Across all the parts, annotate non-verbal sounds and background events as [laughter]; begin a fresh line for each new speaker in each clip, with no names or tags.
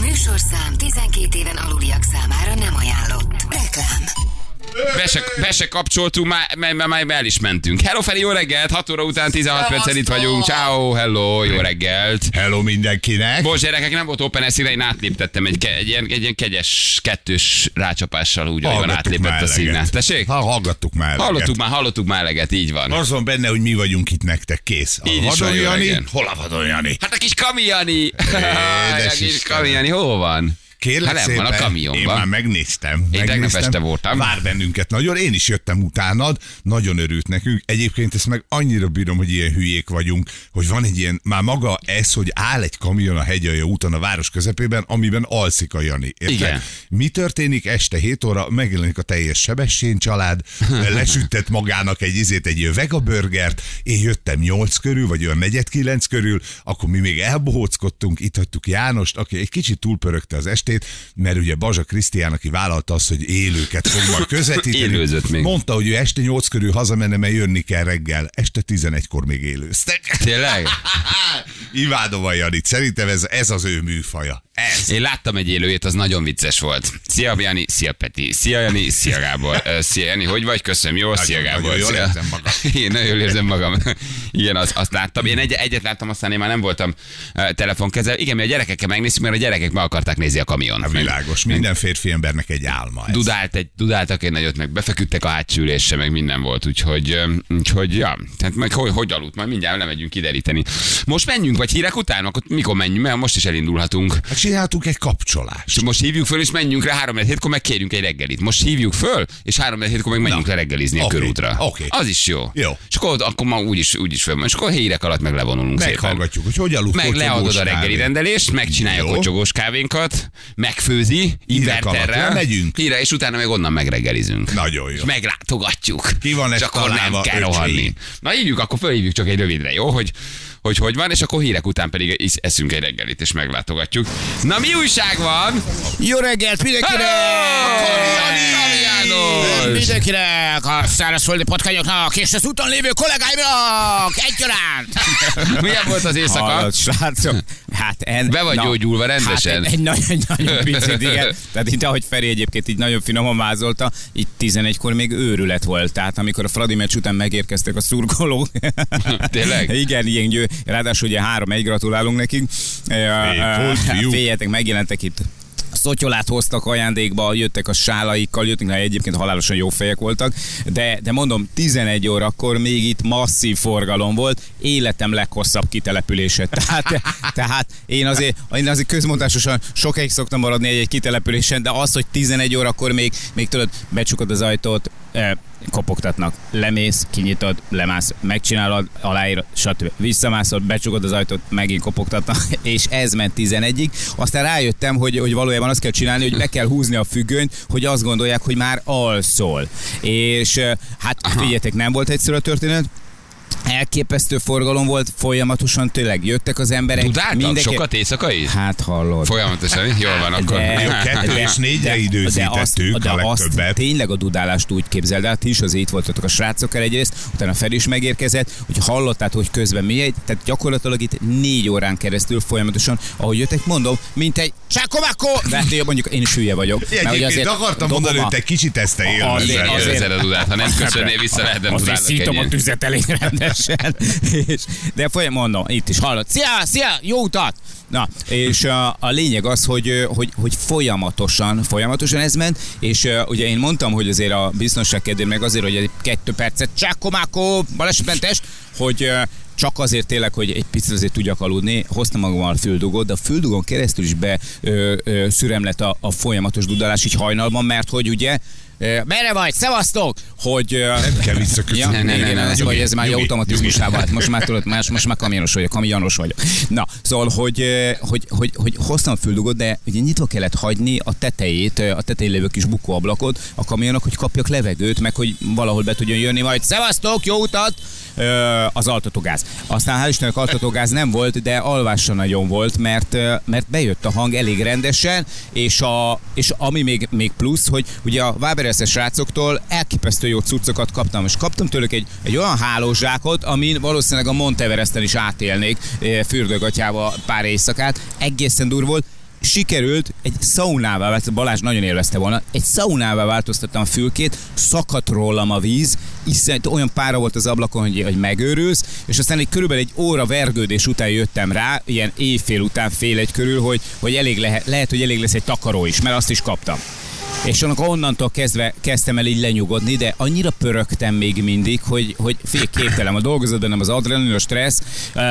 Műsorszám 12 éven aluliak számára nem ajánlott. Reklám.
Be se, be se kapcsoltunk, már, már, már, már el is mentünk. Hello Feri, jó reggelt! 6 óra után 16 percen itt vagyunk. Ciao, hello, jó reggelt!
Hello mindenkinek.
Bocs, gyerekek, nem volt open eszére, én átléptettem egy, ke- egy, ilyen, egy ilyen kegyes kettős rácsapással, úgy, hogy van
Hallgattuk
átlépett
már
a
eleget.
szignál. Tessék?
Ha, hallgattuk már.
Hallottuk
eleget.
már, hallottuk már eleget, így van.
Az van benne, hogy mi vagyunk itt nektek, kész. A
Így is van,
Vadon
jó
Jani,
reggel.
hol a Vadon Jani?
Hát a kis kamiani! [laughs] a kis
Istenem.
kamiani, hol van?
Kérlek
hát nem
szépen,
van a kamionban.
én már megnéztem. megnéztem.
tegnap este voltam.
Vár bennünket nagyon, én is jöttem utánad, nagyon örült nekünk. Egyébként ezt meg annyira bírom, hogy ilyen hülyék vagyunk, hogy van egy ilyen, már maga ez, hogy áll egy kamion a hegyalja úton a város közepében, amiben alszik a Jani. Érted?
Igen.
Mi történik? Este 7 óra megjelenik a teljes sebessén
[laughs]
család, lesüttet magának egy izét, egy vega burgert, én jöttem 8 körül, vagy olyan negyed 9 körül, akkor mi még elbohóckodtunk, itt hagytuk Jánost, aki egy kicsit túlpörögte az estét, mert ugye Bazsa Krisztián, aki vállalta azt, hogy élőket
[laughs]
fog majd közvetíteni,
Élőzött még.
mondta, hogy ő este 8 körül hazamenne, mert jönni kell reggel. Este 11-kor még élőztek. [laughs]
Tényleg?
Imádom a Janit, szerintem ez, ez az ő műfaja. Ez.
Én láttam egy élőjét, az nagyon vicces volt. Szia Jani, szia Peti, szia Jani, szia Gábor. Ö, Szia Jani, hogy vagy? Köszönöm, jó, szia
nagyon
Gábor.
jól
szia.
érzem magam.
[laughs] Én nagyon jól érzem magam. Igen, az, azt láttam. Én egy, egyet láttam, aztán én már nem voltam ö, telefonkezel. Igen, mi a gyerekekkel megnéztük, mert a gyerekek meg akarták nézni a kamion.
A világos. Minden férfi embernek egy álma. Ez.
Dudált egy, dudáltak egy nagyot, meg befeküdtek a hátsülésre, meg minden volt, úgyhogy, öm, úgyhogy ja, tehát meg hogy, hogy aludt, majd mindjárt lemegyünk kideríteni. Most menjünk, vagy hírek után, akkor mikor menjünk, mert most is elindulhatunk.
Hát csináltunk egy kapcsolást.
És most hívjuk föl, és menjünk rá 3 7 kor megkérjünk egy reggelit. Most hívjuk föl, és 3 7 kor meg menjünk le reggelizni a
Oké,
körútra.
oké.
Az is jó.
Jó.
És akkor, akkor ma úgyis, úgyis föl van. És akkor a hírek alatt meg levonulunk szépen.
Meghallgatjuk, hogy hogy aludt
Meg
Kocsi
leadod a
Bósnál.
reggeli rendelést, megcsinálja a
Jó.
kocsogós kávénkat, megfőzi,
Hírek alatt
inverterrel.
elmegyünk.
Híre, és utána meg onnan megreggelizünk.
Nagyon jó.
És meglátogatjuk.
Ki van
és
ez
akkor nem
találva,
kell
öcsém?
rohanni. Na hívjuk, akkor fölhívjuk csak egy rövidre, jó? Hogy, hogy hogy van, és akkor hírek után pedig is- eszünk egy reggelit, és meglátogatjuk. Na mi újság van?
Jó reggelt mindenkinek!
Kamianos!
Mindenkinek, a szárazföldi patkányoknak és az úton lévő kollégáimnak egyaránt!
[laughs] Milyen volt az éjszaka?
Hallott, srácok. Hát en,
Be vagy gyógyulva rendesen?
Hát egy, egy nagyon, nagyon picit,
[laughs]
igen. Tehát itt, ahogy Feri egyébként így nagyon finoman vázolta, itt 11-kor még őrület volt. Tehát amikor a Fradi meccs után megérkeztek a szurkolók.
[laughs] Tényleg?
[laughs] igen, ilyen győ. Ráadásul ugye 3-1 gratulálunk nekik. E,
volt, fiú.
Féljetek, megjelentek itt szotyolát hoztak ajándékba, jöttek a sálaikkal, jöttünk, hát egyébként halálosan jó fejek voltak, de, de mondom, 11 órakor még itt masszív forgalom volt, életem leghosszabb kitelepülése. [laughs] Tehát, tehát én azért, én azért közmondásosan sokáig szoktam maradni egy, egy kitelepülésen, de az, hogy 11 órakor még, még tudod, becsukod az ajtót, eh, kopogtatnak, lemész, kinyitod, lemász, megcsinálod, aláír, stb. Visszamászol, becsukod az ajtót, megint kopogtatnak, [laughs] és ez ment 11-ig. Aztán rájöttem, hogy, hogy valójában azt kell csinálni, hogy le kell húzni a függönyt, hogy azt gondolják, hogy már alszol. És eh, hát figyeljetek, nem volt egyszerű a történet, Elképesztő forgalom volt, folyamatosan tényleg jöttek az emberek.
Tudáltak
mindenki-
sokat éjszaka is?
Hát hallod.
Folyamatosan, jól van akkor.
Jó, kettő és négyre időzítettük
de
a
azt
legtöbbet.
tényleg a dudálást úgy képzeld el, ti is azért itt voltatok a srácokkal egyrészt, utána Feri is megérkezett, hogy hallottátok, hogy közben mi egy, tehát gyakorlatilag itt négy órán keresztül folyamatosan, ahogy jöttek, mondom, mint egy csákomákó, mert én hát, mondjuk én is hülye vagyok. mert ugye
Egyébként akartam
dobom
mondani,
a-
hogy te kicsit ezt te
Azért,
élvezel.
Azért-
azért a dudát, ha nem köszönnél vissza, lehetne
Azért
dudálnak
szítom a
ennyien.
tüzet elég rendesen. [laughs] és, de folyam, mondom, itt is hallod. Szia, szia, jó utat! Na, és a, a lényeg az, hogy, ö, hogy, hogy folyamatosan, folyamatosan ez ment, és ö, ugye én mondtam, hogy azért a biztonság kedvéért, meg azért, hogy egy kettő percet csákomákó, balesetmentes, hogy ö, csak azért tényleg, hogy egy picit azért tudjak aludni, hoztam magammal a füldugót, de a füldugón keresztül is be ö, ö, szürem lett a, a folyamatos dudálás így hajnalban, mert hogy ugye ö, Merre vagy? Szevasztok! Hogy... ö,
Nem kell visszaköszönni.
Ja, nem, nem, nem, ez,
Nyugi,
vagy ez már
nyugi,
automatizmusá vált. Most már tudod, más, most már kamionos vagyok, kamionos vagyok. Na, szóval, hogy, eh, hogy, hogy, hogy hoztam füldugót, de ugye nyitva kellett hagyni a tetejét, eh, a tetején lévő kis bukóablakot a kamionnak, hogy kapjak levegőt, meg hogy valahol be tudjon jönni, majd szevasztok, jó utat! Ö, az altatógáz. Aztán hál' Istennek altatógáz nem volt, de alvása nagyon volt, mert, ö, mert bejött a hang elég rendesen, és, a, és ami még, még plusz, hogy ugye a Vábereszes srácoktól elképesztő jó cuccokat kaptam, és kaptam tőlük egy, egy olyan hálózsákot, amin valószínűleg a eh, Monteveresten is átélnék ö, fürdőgatyába pár éjszakát. Egészen durva volt, sikerült egy szaunává, vált- Balázs nagyon élvezte volna, egy szaunává változtattam a fülkét, szakadt rólam a víz, iszonyat, olyan pára volt az ablakon, hogy, hogy megőrülsz, és aztán egy körülbelül egy óra vergődés után jöttem rá, ilyen éjfél után, fél egy körül, hogy, hogy elég lehet, lehet, hogy elég lesz egy takaró is, mert azt is kaptam. És annak onnantól kezdve kezdtem el így lenyugodni, de annyira pörögtem még mindig, hogy, hogy fél képtelen a dolgozat, bennem az adrenalin, a stressz, ö, [laughs]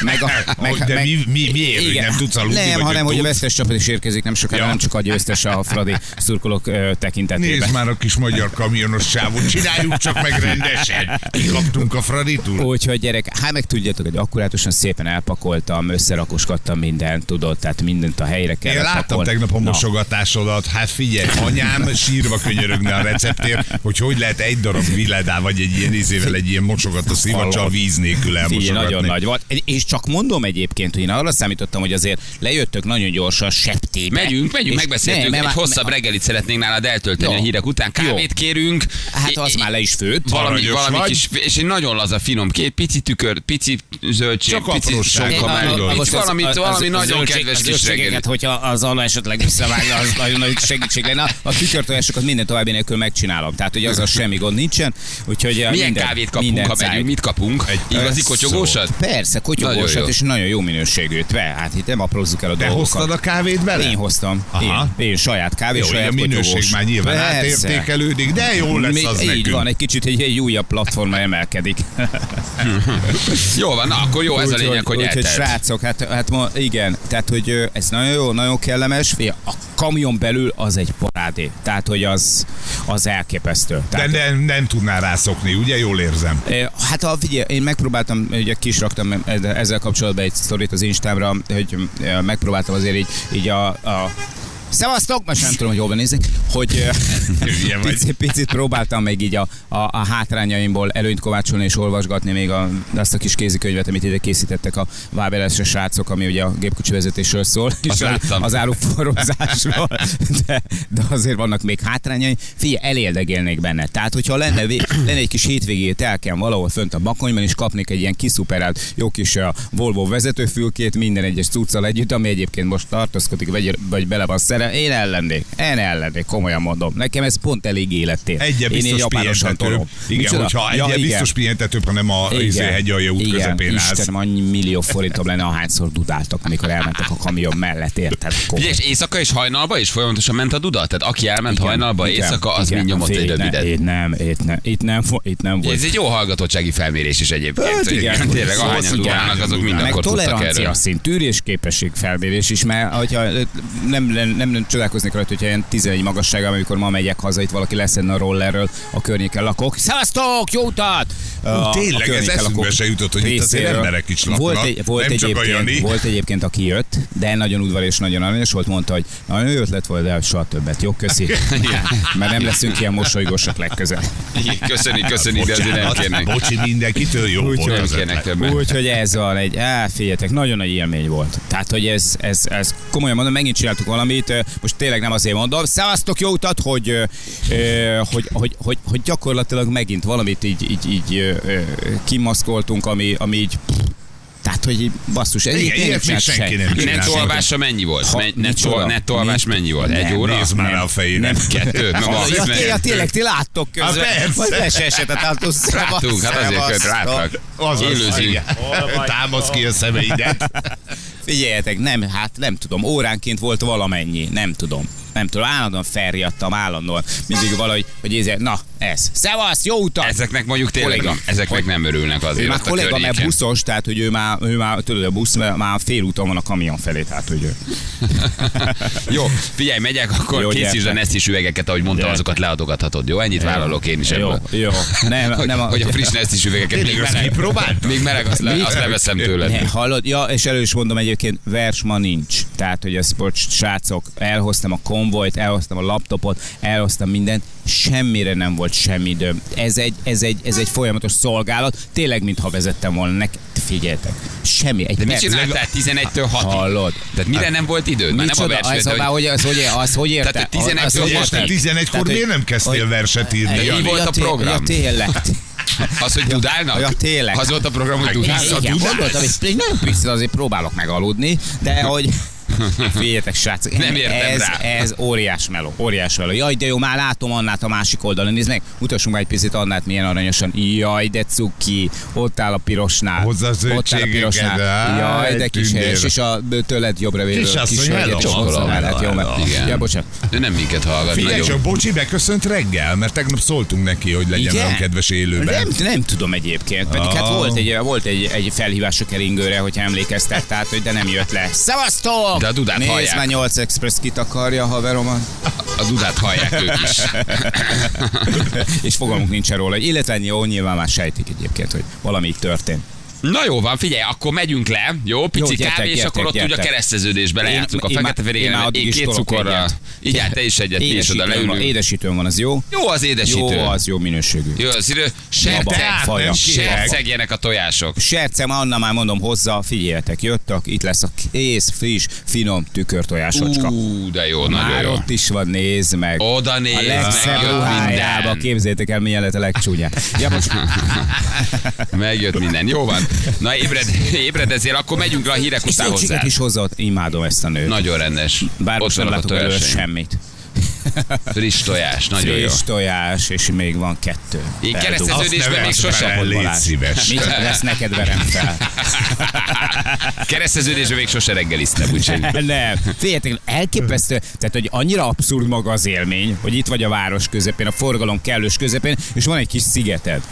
meg a... Meg,
Hogy de
meg,
mi- mi- miért, hogy nem tudsz aludni, vagy
Nem,
hogy
hanem hogy a
tudsz?
vesztes csapat is érkezik nem sokára,
Ja.
nem csak a győztes a Fradi szurkolók ö, tekintetében.
Nézd már a kis magyar kamionos sávot, csináljuk csak meg rendesen. Kikaptunk a Fraditól.
Úgyhogy gyerek, hát meg tudjátok, hogy akkurátusan szépen elpakoltam, összerakoskodtam mindent, tudod, tehát mindent a helyre kellett
Én láttam
pakolni.
tegnap a
Na.
mosogatásodat, hát figyelj, anyám sírva könyörögne a receptért, hogy hogy lehet egy darab viledá, vagy egy ilyen izével, egy ilyen mosogató szivacsal víz nélkül
Figyelj, nagyon
elmosogatni.
nagy volt. Egy- És csak mondom egyébként, hogy én arra számítottam, hogy azért lejöttök nagyon gyorsan septébe.
Megyünk, megyünk,
És-
megbeszéltünk.
ne,
Egy
mert-
hosszabb reggelit szeretnénk nálad eltölteni
Jó.
a hírek után. Kávét
Jó.
kérünk.
Hát
I-
az
i-
már le is főtt.
Valami,
Aranyos
valami
vagy.
kis, és egy nagyon laza, finom kép, pici tükör, pici zöldség,
Csak
pici
apróság.
sonka,
Én-
meg-
a- a-
pici valami, valami nagyon kedves kis reggeli.
reggelit. Hogyha az alma esetleg visszavágja, az nagyon nagy segítség lenne. A- A tükörtojásokat minden további nélkül megcsinálom. Tehát, hogy azzal semmi gond nincsen. Úgyhogy eh,
Milyen
minden,
kávét kapunk,
minden
ha
száj.
megyünk? Mit kapunk? Egy igazi
Szó.
kotyogósat?
Persze,
Nagyon jó.
kotyogósat, és nagyon jó minőségűt. Ve, hát itt nem aprózzuk el a
Te
dolgokat.
hoztad a kávét bele?
Én hoztam.
Aha.
Én, én saját kávé,
Jó, így
saját
a minőség
kotyogós.
már nyilván
Persze.
átértékelődik, de jó lesz
Még
az
így
nekünk.
van, egy kicsit egy, egy újabb platforma
[laughs]
emelkedik.
Jó van, na akkor jó, ez a
Úgyhogy-
lényeg, hogy
Úgyhogy
eltelt.
srácok, hát, hát ma igen, tehát hogy ö, ez nagyon jó, nagyon kellemes. Fia, a kamion belül az egy parádé. Tehát, hogy az, az elképesztő.
De
Tehát,
nem, nem tudnál rászokni, ugye? Jól érzem.
Ö, Hát a, figyelj, én megpróbáltam, ugye kisraktam ezzel kapcsolatban egy sztorit az Instámra, hogy ö, megpróbáltam azért így, így a, a Szevasztok! Most nem tudom, hogy hova nézek, hogy
[laughs] Hülye
ö,
vagy.
picit, picit próbáltam meg így a, a, a hátrányaimból előnyt kovácsolni és olvasgatni még a, azt a kis kézikönyvet, amit ide készítettek a Vábelesre srácok, ami ugye a gépkocsi vezetésről szól, és a-
láttam.
az áruforrozásról, de, de azért vannak még hátrányai. Figyelj, eléldegélnék benne. Tehát, hogyha lenne, vé- lenne egy kis hétvégéi telkem valahol fönt a bakonyban, és kapnék egy ilyen kiszuperált jó kis uh, Volvo vezetőfülkét minden egyes cuccal együtt, ami egyébként most tartózkodik, vagy, vagy bele van szere, én ellennék. Én ellennék, komolyan mondom. Nekem ez pont elég életét.
Egyen
én így
biztos
japánosan
pihentetőbb.
tolom.
Igen,
Micsoda?
hogyha egyen biztos pihentetőbb, hanem a izé hegyalja út
igen,
közepén állsz.
Istenem, annyi millió forintom lenne, ahányszor dudáltak, amikor elmentek a kamion mellett, érted? Komolyan.
Ugye, és éjszaka és hajnalba is folyamatosan ment a duda? Tehát aki elment
Igen,
hajnalba,
igen,
éjszaka, az
igen,
mind nyomott
fél,
egy
ne-
rövidet.
Itt nem, itt nem, itt nem, fo- itt nem volt.
Ez egy jó hallgatottsági felmérés is egyébként.
Hát
hogy
igen.
Tényleg,
Szóval
ahányan
igen.
tudnának, azok mind
meg
akkor tudtak
tolerancia
erről.
szint, tűrésképesség felmérés is, mert hogyha nem, nem, nem, nem csodálkoznék rajta, hogyha ilyen 11 magasságában, amikor ma megyek haza, itt valaki leszedne a rollerről, a környéken lakok. Szevasztok, jó utat! A- a
tényleg, ez
környéken
eszünkbe
lakók
se jutott, hogy itt azért
részéről.
emberek is laknak,
Volt, egy, volt,
nem csak a Jani.
egyébként, volt egyébként, aki jött, de nagyon udvar és nagyon aranyos volt, mondta, hogy nagyon jó ötlet volt, de soha többet. Jó,
[laughs]
köszi. mert nem leszünk ilyen mosolygósak legközelebb.
Köszönjük, köszönjük, de azért nem
Bocsánat,
kérnek.
Bocsi mindenkitől jó volt
Nem
az
kérnek
ötlet.
többen.
Úgyhogy ez van egy, á, figyeljetek, nagyon nagy élmény volt. Tehát, hogy ez, ez, ez komolyan mondom, megint csináltuk valamit, ö, most tényleg nem azért mondom, szevasztok jó utat, hogy, ö, ö, hogy, hogy, hogy, hogy gyakorlatilag megint valamit így, így, így ö, ö, kimaszkoltunk, ami, ami így, pff, tehát, hogy így, basszus, ez
Igen,
így tényleg
ilyet még
csinált
senki nem csinál.
Nettó alvása mennyi volt?
Ha,
Men- Nettó
micsoda?
nettó alvás
Mi?
mennyi volt? Egy
Nem,
óra?
Nézd már a fejére.
Kettő? Meg
Ja,
az
ja,
meg-
té- ja, tényleg, ti láttok
Há,
közben.
Hát persze.
Vagy le se esett hát
[laughs]
a tátus.
Láttunk, hát azért költ láttak.
Az az,
Élőzünk.
igen. Támasz ki a szemeidet.
Figyeljetek, nem, hát nem tudom, óránként volt valamennyi, nem tudom. Nem tudom, állandóan felriadtam, állandóan. Mindig valahogy, hogy ez, na, ez. Szevasz, jó utat!
Ezeknek mondjuk tényleg
Kolléga.
nem, ezeknek nem örülnek
ő
azért.
már
ott a
kolléga, mert
környéken.
buszos, tehát hogy ő már, ő már tudod, a busz mert már fél úton van a kamion felé, tehát hogy ő.
Jó, figyelj, megyek, akkor
Jó,
készítsd a
gyertek.
nesztis üvegeket, ahogy mondtam,
Gyertek.
azokat leadogathatod. Jó, ennyit vállalok én is
Jó,
ebből.
jó. Nem,
Hogy,
nem a,
hogy a friss nesztis üvegeket még
Tényleg, azt
meleg,
kipróbáltad?
még meleg azt, le,
Mi?
azt leveszem tőled.
Ne, hallod? Ja, és elő is mondom egyébként, vers ma nincs. Tehát, hogy ezt, bocs, srácok, elhoztam a konvojt, elhoztam a laptopot, elhoztam mindent, semmire nem volt semmi időm. Ez egy, ez egy, ez egy folyamatos szolgálat, tényleg, mintha vezettem volna. Nek, figyeljetek, semmi. Egy
De mit
perc,
csináltál 11-től 6-ig?
Hallod?
Tehát mire nem volt időd? Már nem a
Micsoda,
verseny,
ez
de
a,
hogy-
már hogy, az, hogy, az, hogy érte?
Tehát, hogy 11-től
Az, hogy
este
érte?
Este 11-kor
Tehát,
miért
hogy-
nem kezdtél
hogy-
verset írni?
mi
Ja,
Jani?
volt a
té-
program?
Ja,
[laughs]
tényleg.
Az, hogy dudálnak?
Ja, tényleg.
Az volt a program, hogy
Igen,
dudálnak?
igen, gondoltam, hogy még nem picit azért próbálok megaludni, de hogy Figyeljetek, srácok.
Nem értem
ez,
rá.
Ez óriás meló, óriás meló. Jaj, de jó, már látom Annát a másik oldalon. Nézd meg, utassunk már egy picit Annát, milyen aranyosan. Jaj, de cuki, ott áll a pirosnál.
Hozza az
ott áll a
zöldségeket,
pirosnál.
áj,
Jaj, de kis
tündér.
helyes, és a tőled jobbra vévő
Kisasszony,
kis
hello,
csokola
hello,
mellett. Jó, mert...
hello.
Igen.
Ja, bocsánat.
Ő nem minket hallgat.
Figyelj
nagyon-
csak, Bocsi beköszönt reggel, mert tegnap szóltunk neki, hogy legyen
Igen?
olyan kedves élőben.
Nem, nem tudom egyébként, pedig hát
Ah.
volt egy, volt egy, egy felhívás a keringőre, hogyha emlékeztek, tehát, hogy de nem jött le. Szevasztok!
De a Dudát
Nézd
hallják.
már 8 Express kitakarja a
[laughs]
haveromat.
A dudát hallják ők
[laughs]
is.
és fogalmunk nincsen róla. Illetve jó, nyilván már sejtik egyébként, hogy valami itt történt.
Na jó van, figyelj, akkor megyünk le, jó, pici jó,
gyertek,
kávé, és
gyertek,
akkor ott
gyertek.
ugye a kereszteződésbe lejátszunk a
én
fekete
már- én már
fehérjére,
addig
én
is
két
tolok
cukorral.
egyet.
Így áll, te is egyet, mi is oda
Édesítőm van,
leülünk.
édesítőm van, az jó?
Jó az édesítő.
Jó, az jó minőségű.
Jó az idő.
Baba,
Serceg,
faja.
sercegjenek a tojások.
Sercem, Anna már mondom hozzá, figyeljetek, jöttök, itt lesz a kész, friss, finom tükörtojásocska.
Ú, de jó, nagyon
Már
jó.
ott is van, nézd meg.
Oda
a
nézd,
legszebb
megjött
ruhájába,
minden.
képzeljétek el, milyen lett a legcsúnya. Ja,
[laughs]
most
Megjött minden. Jó van. Na ébred, ébred ezért, akkor megyünk rá a hírek
és
után hozzá.
zöldséget is hozott, imádom ezt a nőt.
Nagyon rendes.
Bár
ott
most nem
vannak a
látok belőle
tojásaink.
semmit.
Friss tojás, nagyon jó.
Friss tojás, és még van kettő.
Én
Eldugom.
kereszteződésben
Azt ne
még
vedd
sosem
fel,
volt
légy
Balázs.
szíves.
Mit lesz neked verem fel?
[laughs] Kereszteződésben még sose reggeliztem, úgyhogy...
Nem. Figyeljetek, elképesztő. Tehát, hogy annyira abszurd maga az élmény, hogy itt vagy a város közepén, a forgalom kellős közepén, és van egy kis szigeted.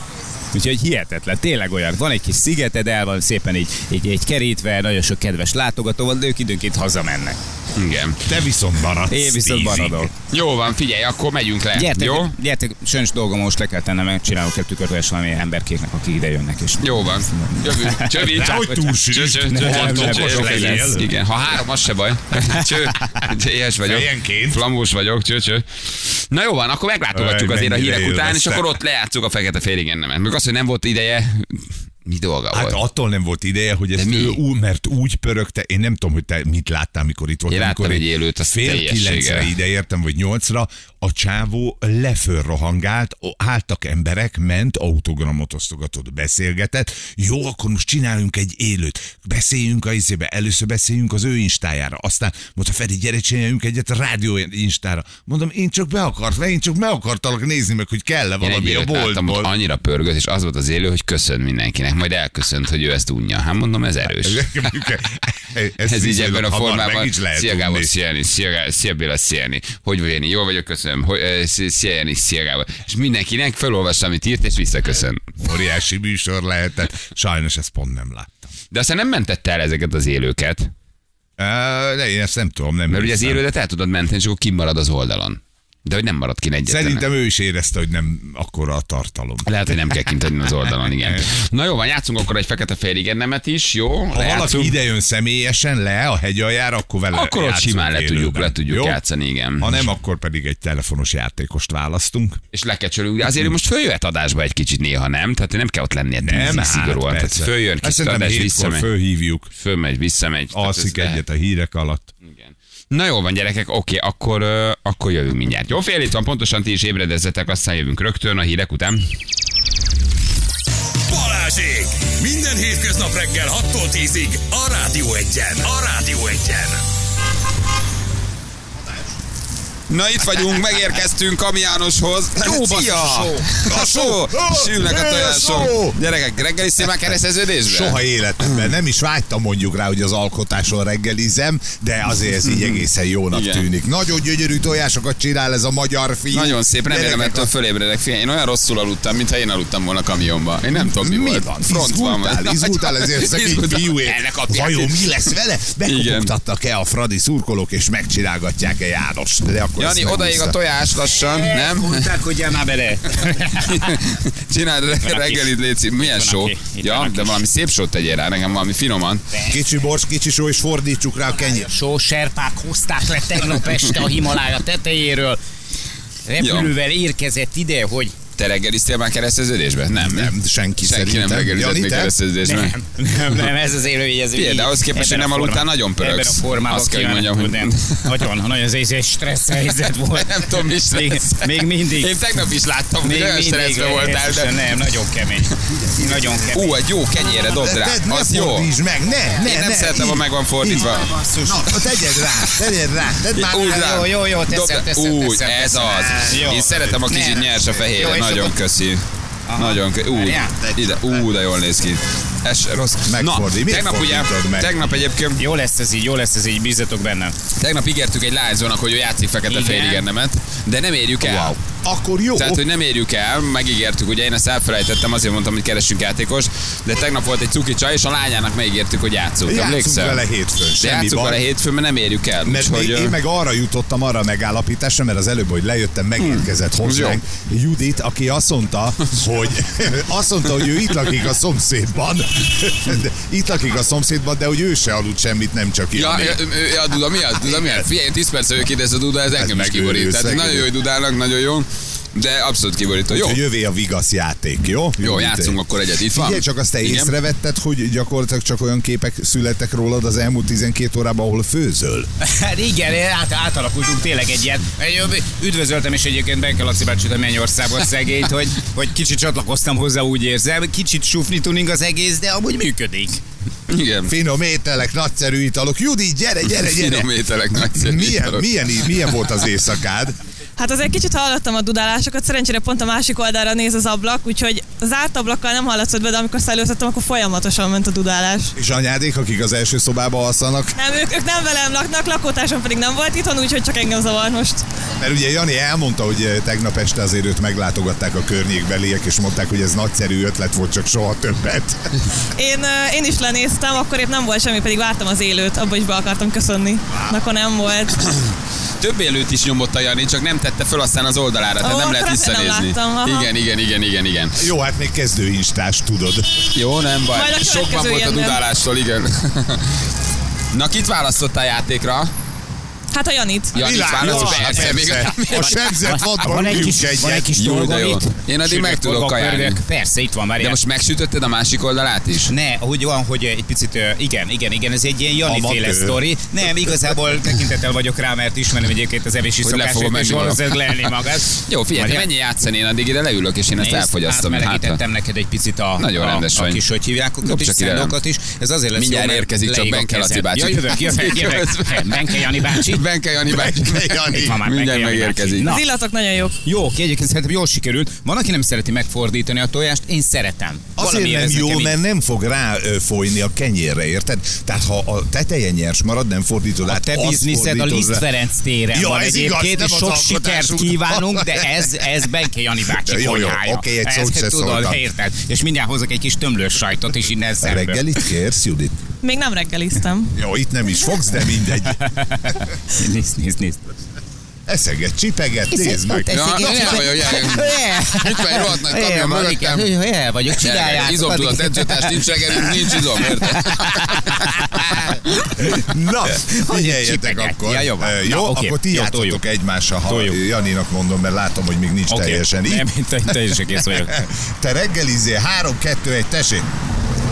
Úgyhogy hihetetlen, tényleg olyan. Van egy kis szigeted, el van szépen így, így, így kerítve, nagyon sok kedves látogató van, de ők időnként hazamennek.
Igen.
Te viszont maradsz
Én viszont
tízig.
maradok.
Jó van, figyelj, akkor megyünk le.
Gyertek,
Jó?
gyertek, sajnos dolgom most le kell tennem, mert csinálok egy tükörtölyes valami emberkéknek, akik ide jönnek. És
Jó van. Jövünk. Csövi,
De hogy túlsüt?
Csö, csö, csö,
Nem,
csö,
nem,
csö,
most
csö,
legyél.
lesz. Igen, ha három, az se baj. Cső, éhes vagyok.
Fejenként.
Flamós vagyok, cső, cső. Na jó van, akkor meglátogatjuk
Aj,
azért a
mennyire
hírek után, és
élveztem.
akkor ott lejátszuk a fekete féringennemet. Még az, hogy nem volt ideje, mi dolga
Hát
volt?
attól nem volt ideje, hogy ezt
mi?
ő, ú, mert úgy pörögte, én nem tudom, hogy te mit láttál, mikor itt volt.
Én láttam egy élőt, az
fél
teljességgel.
kilencre ide értem, vagy nyolcra, a csávó lefölrohangált, ó, álltak emberek, ment, autogramot osztogatott, beszélgetett, jó, akkor most csináljunk egy élőt, beszéljünk a izébe, először beszéljünk az ő instájára, aztán mondta Feri, gyere, csináljunk egyet a rádió instára. Mondom, én csak be akart, én csak meg akartalak nézni meg, hogy kell-e
Én egy
valami a
évet láttam, ott
boltból.
annyira pörgött, és az volt az élő, hogy köszön mindenkinek, majd elköszönt, hogy ő ezt unja. Hát mondom, ez erős.
Ez,
Ez így
viszonylag
ebben a
hamar meg
formában.
is lehet
Szia Gábor,
tudni.
szia Jani, szia, Gá- szia Béla, szia Jani. Hogy vagy Jani? Jól vagyok, köszönöm. Hogy, eh, szia- szia Jani, szia Gábor. És mindenkinek felolvasta, amit írt, és visszaköszön.
Óriási műsor lehetett. Sajnos ezt pont nem láttam.
De aztán nem mentette el ezeket az élőket,
Ö, De én ezt nem tudom, nem
mert ugye az
hiszem.
élődet el tudod menteni, és akkor kimarad az oldalon. De hogy nem marad ki egyetlen.
Szerintem ő is érezte, hogy nem akkora a tartalom.
Lehet, hogy nem kell kint adni az oldalon,
[laughs]
igen. Na jó van, játszunk akkor egy fekete fehér igennemet is, jó?
Ha valaki
Lejátszunk.
ide jön személyesen le a hegy aljára, akkor vele
Akkor ott
játszunk
simán le tudjuk,
élőben.
le tudjuk
Jó?
játszani, igen.
Ha nem, akkor pedig egy telefonos játékost választunk.
és lekecsölünk. De azért ő most följöhet adásba egy kicsit néha, nem? Tehát nem kell ott lennie tízig
Nem, hát
hát
szigorúan. Tehát
persze.
följön,
Hát
kicsit
Szerintem
adás,
hétkor
visszamegy.
fölhívjuk,
Fölmegy, visszamegy. Tehát
alszik
ez lehet.
egyet a hírek alatt.
Igen. Na jó van, gyerekek, oké, akkor, ö, akkor jövünk mindjárt. Jó, fél itt van, pontosan ti is ébredezzetek, aztán jövünk rögtön a hírek után.
Balázsék! Minden hétköznap reggel 6-tól 10-ig a Rádió Egyen. A Rádió Egyen.
Na itt vagyunk, megérkeztünk Kamiánoshoz.
Jó,
Szia! A só! Sülnek a
Só!
tojások. Gyerekek, reggel is már kereszteződésbe?
Soha életemben nem is vágytam mondjuk rá, hogy az alkotáson reggelizem, de azért ez így egészen jónak
Igen.
tűnik. Nagyon gyönyörű tojásokat csinál ez a magyar fiú.
Nagyon szép, remélem
Gyerekek,
ettől fölébredek. Figyelj, én olyan rosszul aludtam, mintha én aludtam volna kamionba. Én nem tudom, mi,
mi
volt.
van? Izgultál, izgultál
[laughs]
ezért szegény
Izgultam.
fiúért.
Ennek a
Vajon mi lesz vele? Bekopogtattak-e a Fradi szurkolók, és megcsinálgatják-e János? De akkor
Jani,
ezt
odaig a
megúszta.
tojás lassan,
[laughs]
nem?
Mondták, hogy jár már
[laughs]
bele.
Csináld re-
van a kis.
reggelit, Léci. Milyen
van a
só?
kis. Itt van
Ja,
a
de
kis.
valami szép sót tegyél rá, nekem valami finoman.
Kicsi bors, kicsi só, és fordítsuk rá a kenyér.
Só serpák hozták le tegnap este a Himalája tetejéről. Repülővel érkezett ide, hogy
Te reggeliztél már kereszteződésben? Nem, nem.
Nem, senki,
Senki nem
szerintem.
reggelizett
Jani,
még
te?
kereszteződésben.
[laughs]
Nem, nem, nem, ez az élői, ez
Figyelj,
így-
de ahhoz képest,
ebben
hogy nem
a
aludtál,
formában-
nagyon pörögsz.
Ebben a formában
Azt kell, hogy
kijönnek,
mondjam, hogy-
nem. Nagyon, nagyon ez egy stressz helyzet volt.
Nem tudom, mi
még,
stressz.
még mindig.
Én tegnap is láttam, hogy
még
olyan stresszben voltál,
Jézusom,
de...
Nem, nagyon kemény. Nagyon kemény.
Ú, egy jó kenyére dobd
De
rá.
tedd, ne
Az jó.
fordítsd
meg, ne, ne,
Én nem
ne,
szeretem, ha
így.
meg van fordítva.
Na, tegyed rá, tegyed rá.
Tedd már
Úgy rá.
Jó, jó, jó, teszem,
Dobd-
teszem,
Úgy,
teszem,
ez
teszem.
az.
Jó.
Én szeretem a kicsit
Ne.
nyers a
Jó,
fehér.
és
Nagyon
akkor-
köszi. Nagyon köszi. Úgy,
Várjál.
ide, ú, de jól néz ki. Ez rossz. Na,
Megfordít. Miért
tegnap ugye,
fordítod meg?
tegnap egyébként
Jó lesz ez így, jó lesz ez így, bízzatok bennem.
Tegnap ígértük egy lányzónak, hogy ő játszik fekete
Igen.
féligennemet, de nem érjük el. Wow.
Akkor jó.
Tehát, hogy nem érjük el, megígértük, ugye én ezt elfelejtettem, azért mondtam, hogy keressünk játékost, de tegnap volt egy cuki csaj, és a lányának megígértük, hogy játszunk.
Játszunk
Emlékszel?
vele hétfőn,
De
semmi
játszunk vele
baj.
hétfőn, mert nem érjük el.
Mert
úgyhogy,
hogy, én
ö,
meg arra jutottam, arra a megállapításra, mert az előbb, hogy lejöttem, megérkezett
Hm.
hozzánk Judit, aki azt mondta, hogy
[laughs]
azt mondta, hogy ő itt lakik a szomszédban. De, itt lakik a szomszédban, de hogy ő se aludt semmit, nem csak ilyen.
Ja, ja, ö, ja, Duda, mi az? Duda, mi az? Figyelj, én 10 perc vagyok itt, ez a Duda, ez engem is
Hát megőrülsz,
kiborít. Tehát
megőrülsz.
nagyon jó, hogy Dudának, nagyon jó, de abszolút kiborító. Jó,
Úgyhogy jövő a vigasz játék, jó?
jó,
Judit?
játszunk akkor egyet. Itt van.
Figyelj csak, azt te
Igen.
észrevetted, hogy gyakorlatilag csak olyan képek születtek rólad az elmúlt 12 órában, ahol főzöl.
Hát igen, át, átalakultunk tényleg egy ilyet. Üdvözöltem is egyébként Benke Laci bácsit a Mennyországos szegélyt, hogy, hogy kicsit csatlakoztam hozzá, úgy érzem. Kicsit sufni tuning az egész, de amúgy működik.
Igen.
Finom ételek, nagyszerű italok. Judi, gyere, gyere, gyere!
Finom ételek nagyszerű.
Milyen,
italok.
milyen, milyen volt az éjszakád?
Hát azért kicsit hallottam a dudálásokat, szerencsére pont a másik oldalra néz az ablak, úgyhogy zárt ablakkal nem hallatszott be, de amikor szellőztettem, akkor folyamatosan ment a dudálás.
És anyádék, akik az első szobában alszanak,
Nem, ők, ők nem velem laknak, lakótársam pedig nem volt itthon, úgyhogy csak engem zavar most.
mert ugye Jani elmondta, hogy eh, tegnap este azért őt meglátogatták a környékbeliek, és mondták, hogy ez nagyszerű ötlet volt, csak soha többet.
[laughs]
Én, ö, én is lenéztem, akkor épp nem volt semmi, pedig vártam az élőt, abba is be akartam köszönni. Na, Akkor nem volt.
több élőt is nyomott a Jani, csak nem tette föl aztán az oldalára, tehát
Ó,
nem
akkor
lehet
azt én nem
visszanézni.
láttam, aha.
igen, igen, igen, igen, igen.
Jó, hát még kezdő instás, tudod.
Jó, nem baj.
Majd a
Sokban
következő
volt a
jön, nem?
dudálástól,
[laughs]
igen. Na, kit választottál játékra?
Hát a Janit.
Ja, kit
Világos,
választott?
hát
Persze, még
persze. A
Hát
sebzett vadban üljünk egyet.
kis
Jó, de
dolgom
jó.
itt.
Én addig meg
Sülök,
tudok
dolgok,
kajálni.
pörgök. Persze, itt van,
De
várjál.
most megsütötted a másik oldalát is?
Ne, úgy van, hogy egy picit, ö, igen, igen, igen, ez egy ilyen Jani-féle
Amatőr.
sztori. Nem, igazából tekintettel vagyok rá, mert ismerem egyébként az evési
Hogy le fogom
szokásait, és
menni valahol.
valószínűleg leelni magad.
Jó, figyelj, te
Majd
mennyi játszani, én addig ide leülök, és én ezt
Nézd,
elfogyasztom. Hát,
Átmelegítettem neked egy picit a,
Nagyon
a,
rendes
a
vagy.
kis, hogy hivják, a
Dobd
kis
csak ide, nem?
szándokat is. Ez azért lesz
Mindjárt
jó, mert
érkezik, csak
leég a
Benke Laci
kezed.
bácsi.
Ja,
[laughs]
jövök, jövök, jövök.
Közben.
Benke Jani bácsi.
Benke Jani bácsi.
Benke Jani.
Itt van már
Mindjárt
Benke Jani
megérkezik.
bácsi. Na.
Az illatok nagyon jók.
Jó, ki egyébként szerintem jól sikerült. Van, aki nem szereti megfordítani a tojást, én szeretem.
Azért
Valamiért
nem
ez
jó,
nekem így-
mert nem fog rá ö, folyni a kenyérre, érted? Tehát ha a teteje nyers marad, nem fordítod
A
át.
te
Hát azt
bizniszed a
fordítod
Liszt
rá.
Ferenc téren
Ja,
van
ez igaz,
egyébként,
nem
és
az
sok
alkotásunk.
sikert kívánunk,
[laughs]
de ez, ez Benke Jani
Jó,
bácsi
jó,
konyhája.
oké, egy szót
Ezt
se
tudod,
szóltam.
érted? És mindjárt hozok egy kis tömlős sajtot is innen szembe.
Reggelit kérsz, Judit?
Még nem reggeliztem.
Jó, itt nem is fogsz, de mindegy.
Nézd, nézd, nézd.
[laughs] Eszeget, csipeget, nézd meg.
Ja,
Na,
el vagyok, jár- Itt van egy rohadt nagy kamion mögöttem.
El vagyok, [laughs] csinálják.
Izomtudat,
[laughs]
edzőtárs, nincs
[laughs]
reggel, nincs izom, érted?
Na, figyeljetek
csipeget?
akkor.
Ja, jó van.
Ö,
Na,
Jó,
oké.
akkor ti
Jó,
játszatok
toljuk.
egymással, ha
Toljuk.
Janinak mondom, mert látom, hogy még nincs teljesen
Oké,
így.
nem, én te- teljesen kész vagyok.
Te reggelizél, 3, 2, 1, tessék.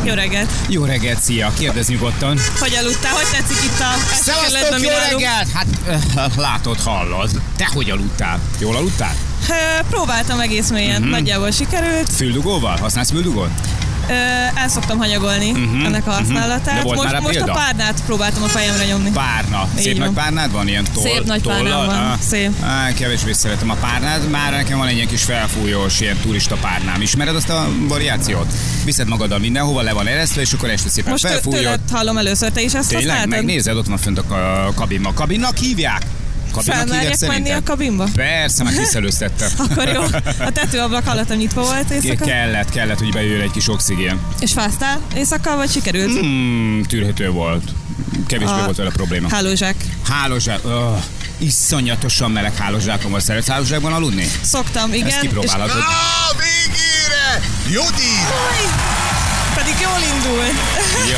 Jó reggelt.
Jó reggelt, szia, kérdezz nyugodtan.
Hogy aludtál? Hogy tetszik itt a első kerületben mi nálunk?
Hát öh, látod, hallod. Te hogy aludtál? Jól aludtál?
Ö, Próbáltam egész mélyen, nagyjából sikerült.
Füldugóval? Használsz füldugót?
Ö, el szoktam hanyagolni uh-huh, ennek a használatát.
Mhm, De volt
most
már rá
most
példa?
a párnát próbáltam a fejemre nyomni.
Párna.
Így
Szép
van.
nagy párnád van? Ilyen toll,
Szép nagy
tollal?
párnám van.
Ah.
Szép.
Á, kevésbé szeretem a párnád. Már nekem van egy ilyen kis felfújós, ilyen turista párnám. Ismered azt a variációt? Viszed magaddal mindenhova, le van eresztve, és akkor este szépen
most tő-
felfújod.
tőled hallom először, te is ezt
Tényleg?
használtad?
Megnézed, ott van fönt a ka- kabinma. Kabinnak hívják? Kabinnak hívják
Felmerjek menni
szerintem?
a kabinba?
Persze, meg visszelőztettem.
Akkor jó. A tetőablak hallottam nyitva volt éjszaka.
Kellett, kellett, hogy bejöjjön egy kis oxigén.
És fáztál éjszaka, vagy sikerült?
Hmm, tűrhető volt. Kevésbé volt vele probléma.
Hálózsák.
Hálózsák. Öh, iszonyatosan meleg hálózsákommal szeretsz hálózsákban aludni?
Szoktam, igen.
Ezt kipróbálod.
És...
Á, végére! Judi!
Aj! Pedig jól indul.
Jó.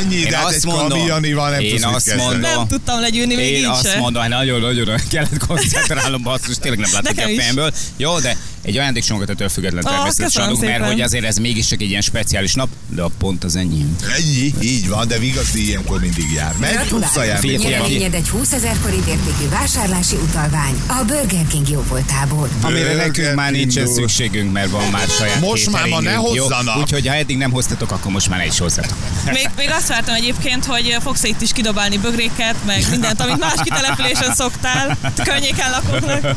Ennyi, de hát egy kamiani van, nem
én
tudsz mit
azt
kezdeni.
mondom,
Nem tudtam legyűrni, még
Én
így
azt
se.
mondom, hogy nagyon-nagyon kellett koncentrálnom, basszus, tényleg nem látok ki
Nekem
a
is.
fejemből. Jó, de egy ajándékcsomagot ettől független
Ó,
természetesen
köszönöm
adok, mert
szépen.
hogy azért ez mégis csak egy ilyen speciális nap, de a pont az enyém.
Ennyi, így van, de vigasdi ilyenkor mindig jár. Meg tudsz ajánlani.
Figyelj, figyelj,
Nyereményed egy 20 ezer forint értékű vásárlási utalvány a Burger King jóvoltából.
Amire nekünk már nincsen
indul.
szükségünk, mert van már saját
Most már ma ne
kételingünk, jó?
hozzanak. Hát
Úgyhogy ha eddig nem hoztatok, akkor most már ne is hozzatok.
Még, még azt vártam egyébként, hogy fogsz itt is kidobálni bögréket, meg mindent, amit más kitelepülésen szoktál, környéken lakóknak.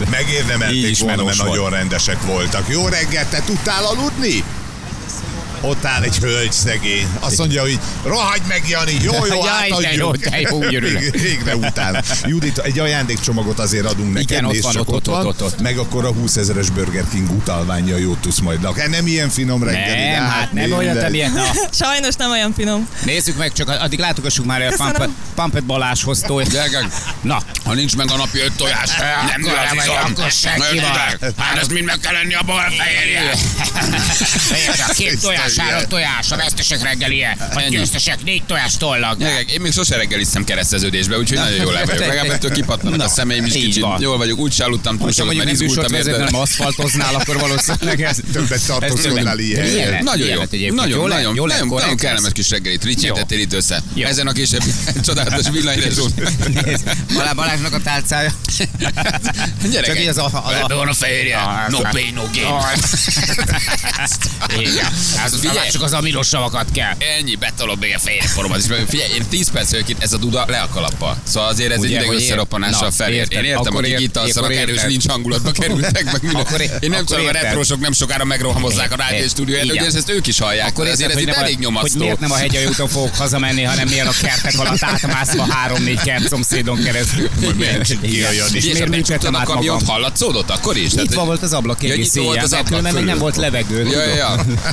Így
Megérdemelték
is
volna,
melós
mert
volt.
nagyon rendesek voltak. Jó reggel, te tudtál aludni? Ott áll egy hölgy szegény. Azt mondja, hogy rohadj meg, Jani, jó, jó,
Jaj, de
átadjuk.
jó, de jó, úgy örülök.
Vég- Végre utána. Judit, egy ajándékcsomagot azért adunk neked,
Igen, ott
nézd
van,
csak,
ott, ott,
van.
ott, ott.
Meg akkor a 20 ezeres Burger King utalványa jót tudsz majd lakni. Hát Nem ilyen finom reggeli.
Nem, hát nem
mindegy.
olyan, te
[laughs]
milyen. Na,
Sajnos nem olyan finom.
nézzük meg, csak addig látogassuk már el
Köszönöm.
Pumpet, Pumpet Balázshoz tól.
Gyerekek,
Na,
ha nincs meg a napi öt tojás, nem nő az izom.
akkor senki
Nőtt
van.
ideg. Hát ezt mind meg kell lenni a bal fehérje.
Fejek, két
Isten,
tojás,
ilyen.
három tojás, a vesztesek reggelie, a győztesek négy tojás tollag.
Gyerekek, én még sose reggeliztem kereszteződésbe, úgyhogy nagyon jól el vagyok.
te-
Legalább ettől kipatlanak
hát Na,
a szemeim is
így
kicsit.
van.
Jól vagyok, úgy se aludtam, túl
Most, ha
sokat,
mondjuk
mert
egy műsort
izgultam
vezetnél, nem
ebből.
aszfaltoznál, akkor valószínűleg
[laughs]
ez...
Többet tartózkodnál ilyen.
Nagyon
Milyen?
jó.
Milyen lett Hát egyébként?
Nagyon,
Jól lett-
nagyon,
jól lett
nagyon, nagyon
korrekt
kellemes
lesz?
kis reggelit.
Jó.
Ricsintettél itt össze.
Jó.
Ezen a később [laughs] csodálatos
[laughs]
villanyrezsút.
Nézd, Balázs Balázsnak a tálcája.
Gyerekek. Ah,
Csak így az a... a, a
a fehérje. No pain, no [laughs] gain. Hát
igen. Az,
Figyelj.
az, csak az amilos savakat kell.
Ennyi, betolom még a fehérje poromat. És figyelj, én 10 perc vagyok itt, ez a duda le a kalappal. Szóval azért ez
Ugye,
egy ideg
hogy ér-
összeroppanással
Na,
felé.
érted.
Én értem,
Akkor
hogy
ér-
itt alszanak,
akkor
erős
érted.
nincs
[laughs]
hangulatba kerültek, meg minden.
Akkor ér-
Én nem
akkor
tudom, a
érted.
retrósok nem sokára megrohamozzák a rádió
Igen.
stúdióját,
Igen.
és ezt ők is hallják. Akkor ezért ez
hogy
itt
nem a-
elég
Hogy
nyomasztó.
miért nem a hegyai úton fogok hazamenni, hanem miért a kertek alatt átmászva három-négy kert szomszédon keresztül.
Hogy mentsük ki a
Igen.
Jani.
És
És
miért
megcsuktam
működtem
a
át magam?
kamiont, hallatszódott akkor is? Tehát,
Nyitva
hogy-
volt az ablak
Ja,
egész
nyitva volt
éjjel, Hát,
az
mert
ablak
különben meg nem
körül.
volt levegő.
Ja, ja,
tudod?
ja.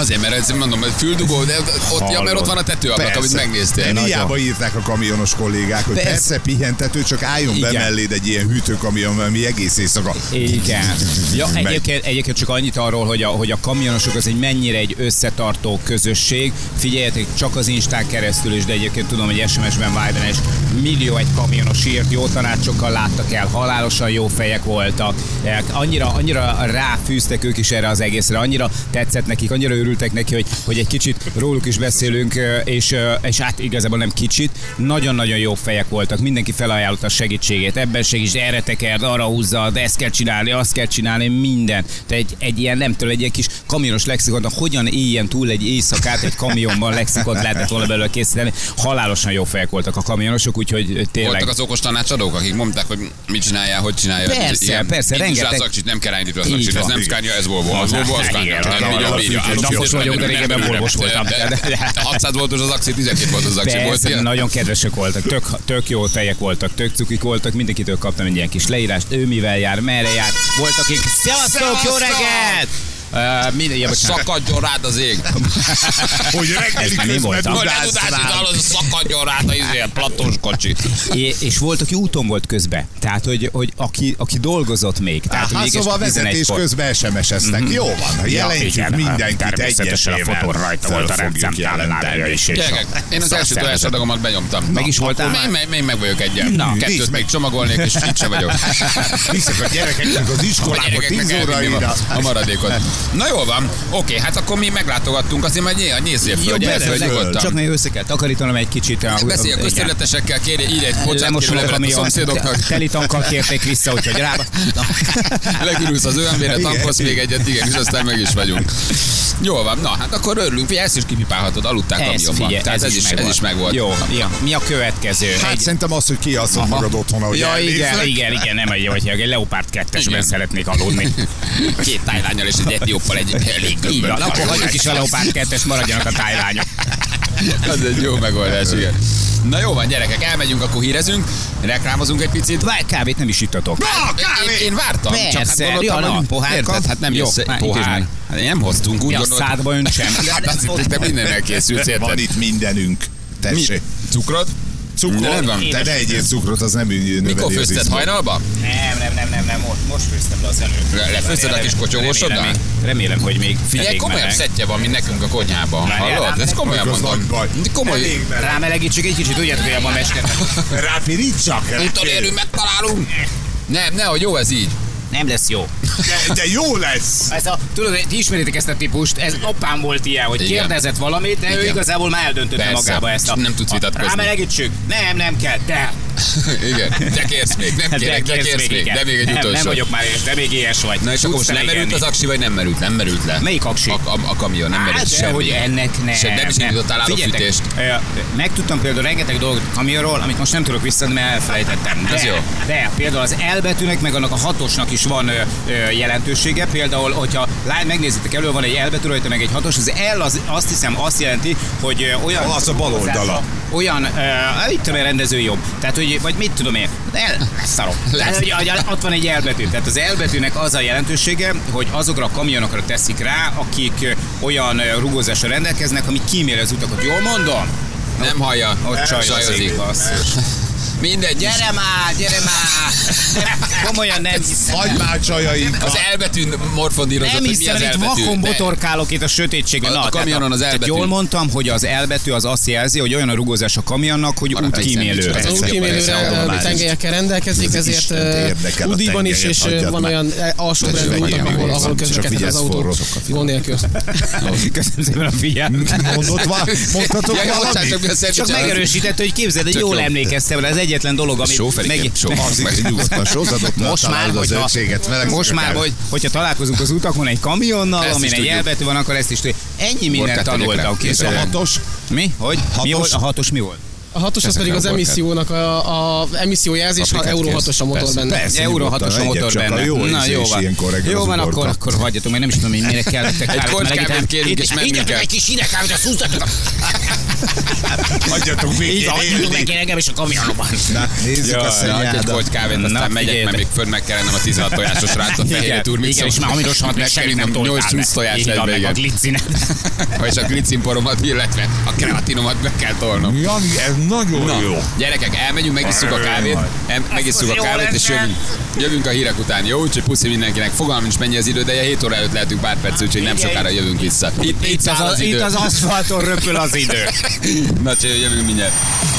Azért, mert ez, mondom, hogy füldugó, de ott, ja, mert ott van a tetőablak,
Persze.
amit megnéztél.
De hiába írták a kamionos kollégák, hogy
Persze.
persze, pihentető, csak álljon be
Igen.
melléd egy ilyen hűtőkamion, ami egész éjszaka.
Igen. Ja,
Meg-
egyébként, egyébként csak annyit arról, hogy a, hogy a kamionosok az egy mennyire egy összetartó közösség. Figyeljetek, csak az Instán keresztül is, de egyébként tudom, hogy SMS-ben, Viben is millió egy kamionos írt, jó tanácsokkal láttak el, halálosan jó fejek voltak. Eh, Annyira, annyira ráfűztek ők is erre az egészre, annyira tetszett nekik, annyira örültek neki, hogy, hogy egy kicsit róluk is beszélünk, eh, és, eh, és hát igazából nem kicsit, nagyon-nagyon jó fejek voltak, mindenki felajánlotta a segítségét, ebben segíts, erre tekerd, arra húzzad, ezt kell csinálni, azt kell csinálni, minden. Te egy, egy ilyen, nem tudom, egy ilyen kis kamionos lexikonnak, hogyan éljen túl egy éjszakát, egy kamionban lexikont lehetett volna belőle készíteni. Halálosan jó fejek voltak a kamionosok, úgyhogy eh, tényleg.
Voltak az okos tanácsadók, akik mondták, hogy mit csináljál, hogy csinálja.
Persze, persze,
rengeteg.
rengeteg-
Nincs szakcsit, nem kell állítani a
Így
szakcsit, ez
van. hát
nem szkánja, ez Volvo, az Volvo, az szkánja.
Igen,
Csak
igen,
így
igen,
van, így van.
igen, napos
Nem,
vagyok, de
nem,
régebben
nem, nem,
Volvos
nem,
voltam.
nem, nem. 600 volt az az axi, 12 volt az axi. Volt
Persze,
ilyen?
nagyon kedvesek voltak, tök, tök jó fejek voltak, tök cukik voltak, mindenkitől kaptam egy ilyen kis leírást, ő mivel jár, merre jár, voltak akik, szevasztok, jó
Szevasztok!
reggelt! Uh, minden, ja, bocsánat.
Szakadjon rád az ég.
Hogy reggeli
[laughs] Ez már mi
közben
voltam?
Hogy ne
tudás
tudás itt
rá.
alatt, szakadjon rád az izé, a platós kocsi.
É, és volt, aki úton volt közben. Tehát, hogy, hogy aki, aki dolgozott még. Tehát,
Hát
még
szóval a
este
vezetés
11-kor.
közben SMS-eztek. Jó van, jelentjük
Mhm. igen, hát
mindenkit
természetesen a
egyesével.
fotón rajta
Föl
volt a
fogjuk
rendszámtálon
jelenteni.
állja is. és
Gyerekek,
a-
én az
a
első
szervezet.
tojásadagomat benyomtam.
Meg is voltál
Akkor
már?
még- még- Még meg vagyok egyen.
Na.
Nézd
Kettőt
meg.
még csomagolnék, és itt se
[laughs]
vagyok.
Viszek a gyerekeknek az
A
iskolába
gyerekeknek
10
elvinném
óraira.
a- A maradékot. Na jól van, oké, hát akkor mi meglátogattunk, azért majd nyilván nézzél föl,
Jó,
gyere
persze,
föl,
csak-
nyugodtan.
Csak még össze kell takarítanom egy kicsit. a-
Beszélj a
igen.
közterületesekkel, kérj, írj egy bocsánat,
Lemosolok,
a
ami a
szomszédoknak. hát
teli tankkal kérték vissza, úgyhogy rá... [laughs]
Legülülsz az önvére,
Igen.
tankolsz még egyet, igen, és aztán meg is vagyunk. Jól van, na hát akkor örülünk, figyelj, ezt is kipipálhatod, aludtál
Ez,
kamionban.
figyelj,
Tehát ez, is, ez is megvolt.
Jó, ja. mi a következő?
Hát
egy...
szerintem az, hogy kiasszod magad otthon, ahogy
Ja, igen,
elnézlek.
igen, igen, nem egy, hogy egy Leopard 2-esben
Igen.
szeretnék aludni.
[laughs] Két tájlányal és egy etióppal együtt elég
Így
gömböl.
van, akkor hagyjuk is a Leopard 2-es, maradjanak a tájlányok.
Az egy jó megoldás, igen. Na jó van, gyerekek, elmegyünk, akkor hírezünk, reklámozunk egy picit.
Várj, kávét nem is ittatok.
Hát, én, én vártam, csak hát
Persze,
gondoltam,
ja,
hogy-
na, pohárka.
Érted, hát nem
Jó,
jössz
már itt is
pohár.
meg.
Hát nem hoztunk, úgy
Mi a
gondoltam.
szádba
[laughs]
öntsem?
Hát azt hittem, te mindennel készülsz, érted?
Van itt mindenünk.
Mi?
Tessék.
Cukrot? De nem van.
Cukor? Te ne egyél cukrot, az nem így
Mikor főzted hajnalba?
Nem, nem, nem, nem, nem, most, most főztem le az előtt.
Le- lefőzted a kis kocsogósodnál?
Remélem, remélem, hogy még
Figyelj,
elég
komolyabb
meleg.
szettje van, mint nekünk a konyhában.
Várjál, hát
Hallod?
rám
Ez
ne
komolyan
Az
mondom.
nagy baj.
De Komoly.
Elég meleg.
Rámelegítsük egy kicsit, tudjátok, hogy abban mesternek.
[laughs]
Rápirítsak?
Utolérünk, megtalálunk. Nem, nehogy jó ez így. [laughs]
Nem lesz jó.
De, de jó lesz!
Ez a, tudod, ti ismeritek ezt a típust, ez apám volt ilyen, hogy
Igen.
kérdezett valamit, de ő
Igen.
igazából már eldöntötte
Persze.
magába ezt a...
Nem tudsz vitatkozni.
Rámelegítsük? Nem, nem kell, de...
Igen, de kérsz még, nem kérek, de kérsz még,
igen.
de még egy
nem,
utolsó.
Nem vagyok már éles, de még ilyes vagy.
Na és akkor most lemerült az aksi, vagy nem merült? Nem merült le.
Melyik aksi?
A, a, a kamion, nem merült
Hát, de
semmi.
hogy ennek nem.
Se, nem is indítottál
Figyeljetek,
állófűtést.
ö, Megtudtam például rengeteg dolgot kamionról, amit most nem tudok visszadni, mert elfelejtettem. De,
Ez Hát jó.
de például az elbetűnek, meg annak a hatosnak is van ö, ö, jelentősége. Például, hogyha lány, megnézitek elő, van egy elbetű rajta, meg egy hatos. Az L az, azt hiszem azt jelenti, hogy ö, olyan...
Az a bal oldala.
Olyan, uh, itt tudom, rendező jobb. Tehát, hogy, vagy mit tudom én, el,
[laughs]
szarom. Tehát, hogy, hogy ott van egy elbetű. Tehát az elbetűnek az a jelentősége, hogy azokra a kamionokra teszik rá, akik ö, olyan ö, rugózásra rendelkeznek, ami kíméli az utakat. Jól mondom?
Nem hallja.
Ott csajozik.
Csajozik.
basszus.
[laughs] Mindegy, gyere már, gyere már.
Komolyan nem hiszem.
Hagyd már csajaink!
Az
e-
elbetűn morfondírozott,
Nem
hogy mi
hiszem,
az
itt
elbetű.
vakon
De-
botorkálok itt a sötétségben.
A- a
tehát
kamionon az
tehát
elbetű.
Jól mondtam, hogy az elbetű az azt jelzi, hogy olyan a rugózás a kamionnak, hogy
Maradt egy
útkímélő.
szendvics.
lesz.
Persze,
Az útkímélőre
persze,
eh,
automális.
tengelyekkel rendelkezik,
Az
ezért
Istent
eh,
érdekel a
údiban is, és
tengelyek,
eh, van
adjad
olyan eh, alsóbrendű
Tessék,
út,
menjen,
ahol,
menjen,
ahol
csak
közlekedhet
figyelsz
az autó.
forrószokat.
Gond nélkül.
Köszönöm szépen a figyelmet.
Mondott van, mondhatok
Ja, bocsánat, csak mi a
Csak
szendvics az-
megerősített, hogy képzeld, hogy
Csak
jól
jó.
emlékeztem rá. Az egyetlen dolog, amit
Sóferiként, sófer.
Az igen, nyugodtan sózatot,
Most már,
az
hogyha,
ötséget, meleg
most
szokott
már
el.
hogy, hogyha találkozunk az utakon egy kamionnal,
Ezt
amin
is
egy
tudjuk.
elbetű van, akkor ezt is tudjuk. Ennyi mindent
Borkát tegyek
tanultam.
le.
kész.
És a
hatos?
Mi? Hogy?
Hatos?
Mi volt? A hatos mi volt?
A hatos az pedig az
Ezekkel
emissziónak a, a emissziójelzés, ha
Aprikát
Euró
kérsz.
6-os a motor
Persze,
benne.
Persze,
Euró
nyugodtan,
6-os a
egyet
motor
csak
benne.
A jó Na,
jó van.
Ilyenkor reggel
Jó
az
van,
uborka.
akkor, akkor hagyjatok, meg nem is tudom, hogy mire kell nektek kávét
korkát
melegíteni.
nem kérünk,
Ide-
és mennünk
ide-
kell.
Egy kis hideg kávét, azt húzzatok a
Hagyjatok végig
Hagyjatok meg
élni.
én engem is a hát kamionban.
Na, nézzük a
Na, adj egy
szennyádat.
kocs kávét, aztán
Na,
megyek, mert
figyeljetek.
még föl meg kell ennem a 16 tojásos ráncot, fehér turmixot.
igen, és már hamidos hat, meg semmit nem toltál.
8-20 tojás
Így
lett
van, meg a
véget.
glicinet.
[laughs] És a glicimporomat, illetve a kreatinomat meg kell tolnom.
Jani, ez
Na,
nagyon jó.
gyerekek, elmegyünk, megisszuk a kávét, el, megisszuk a
az jó
kávét, és
lenne.
jövünk, jövünk a hírek után. Jó, úgyhogy puszi mindenkinek. Fogalmam nincs mennyi az idő, de 7 óra előtt lehetünk pár perc, úgyhogy nem sokára jövünk vissza. Itt, itt,
Itt
áll [laughs]
az,
az idő.
itt az aszfalton röpül az idő.
Na, úgyhogy jövünk mindjárt.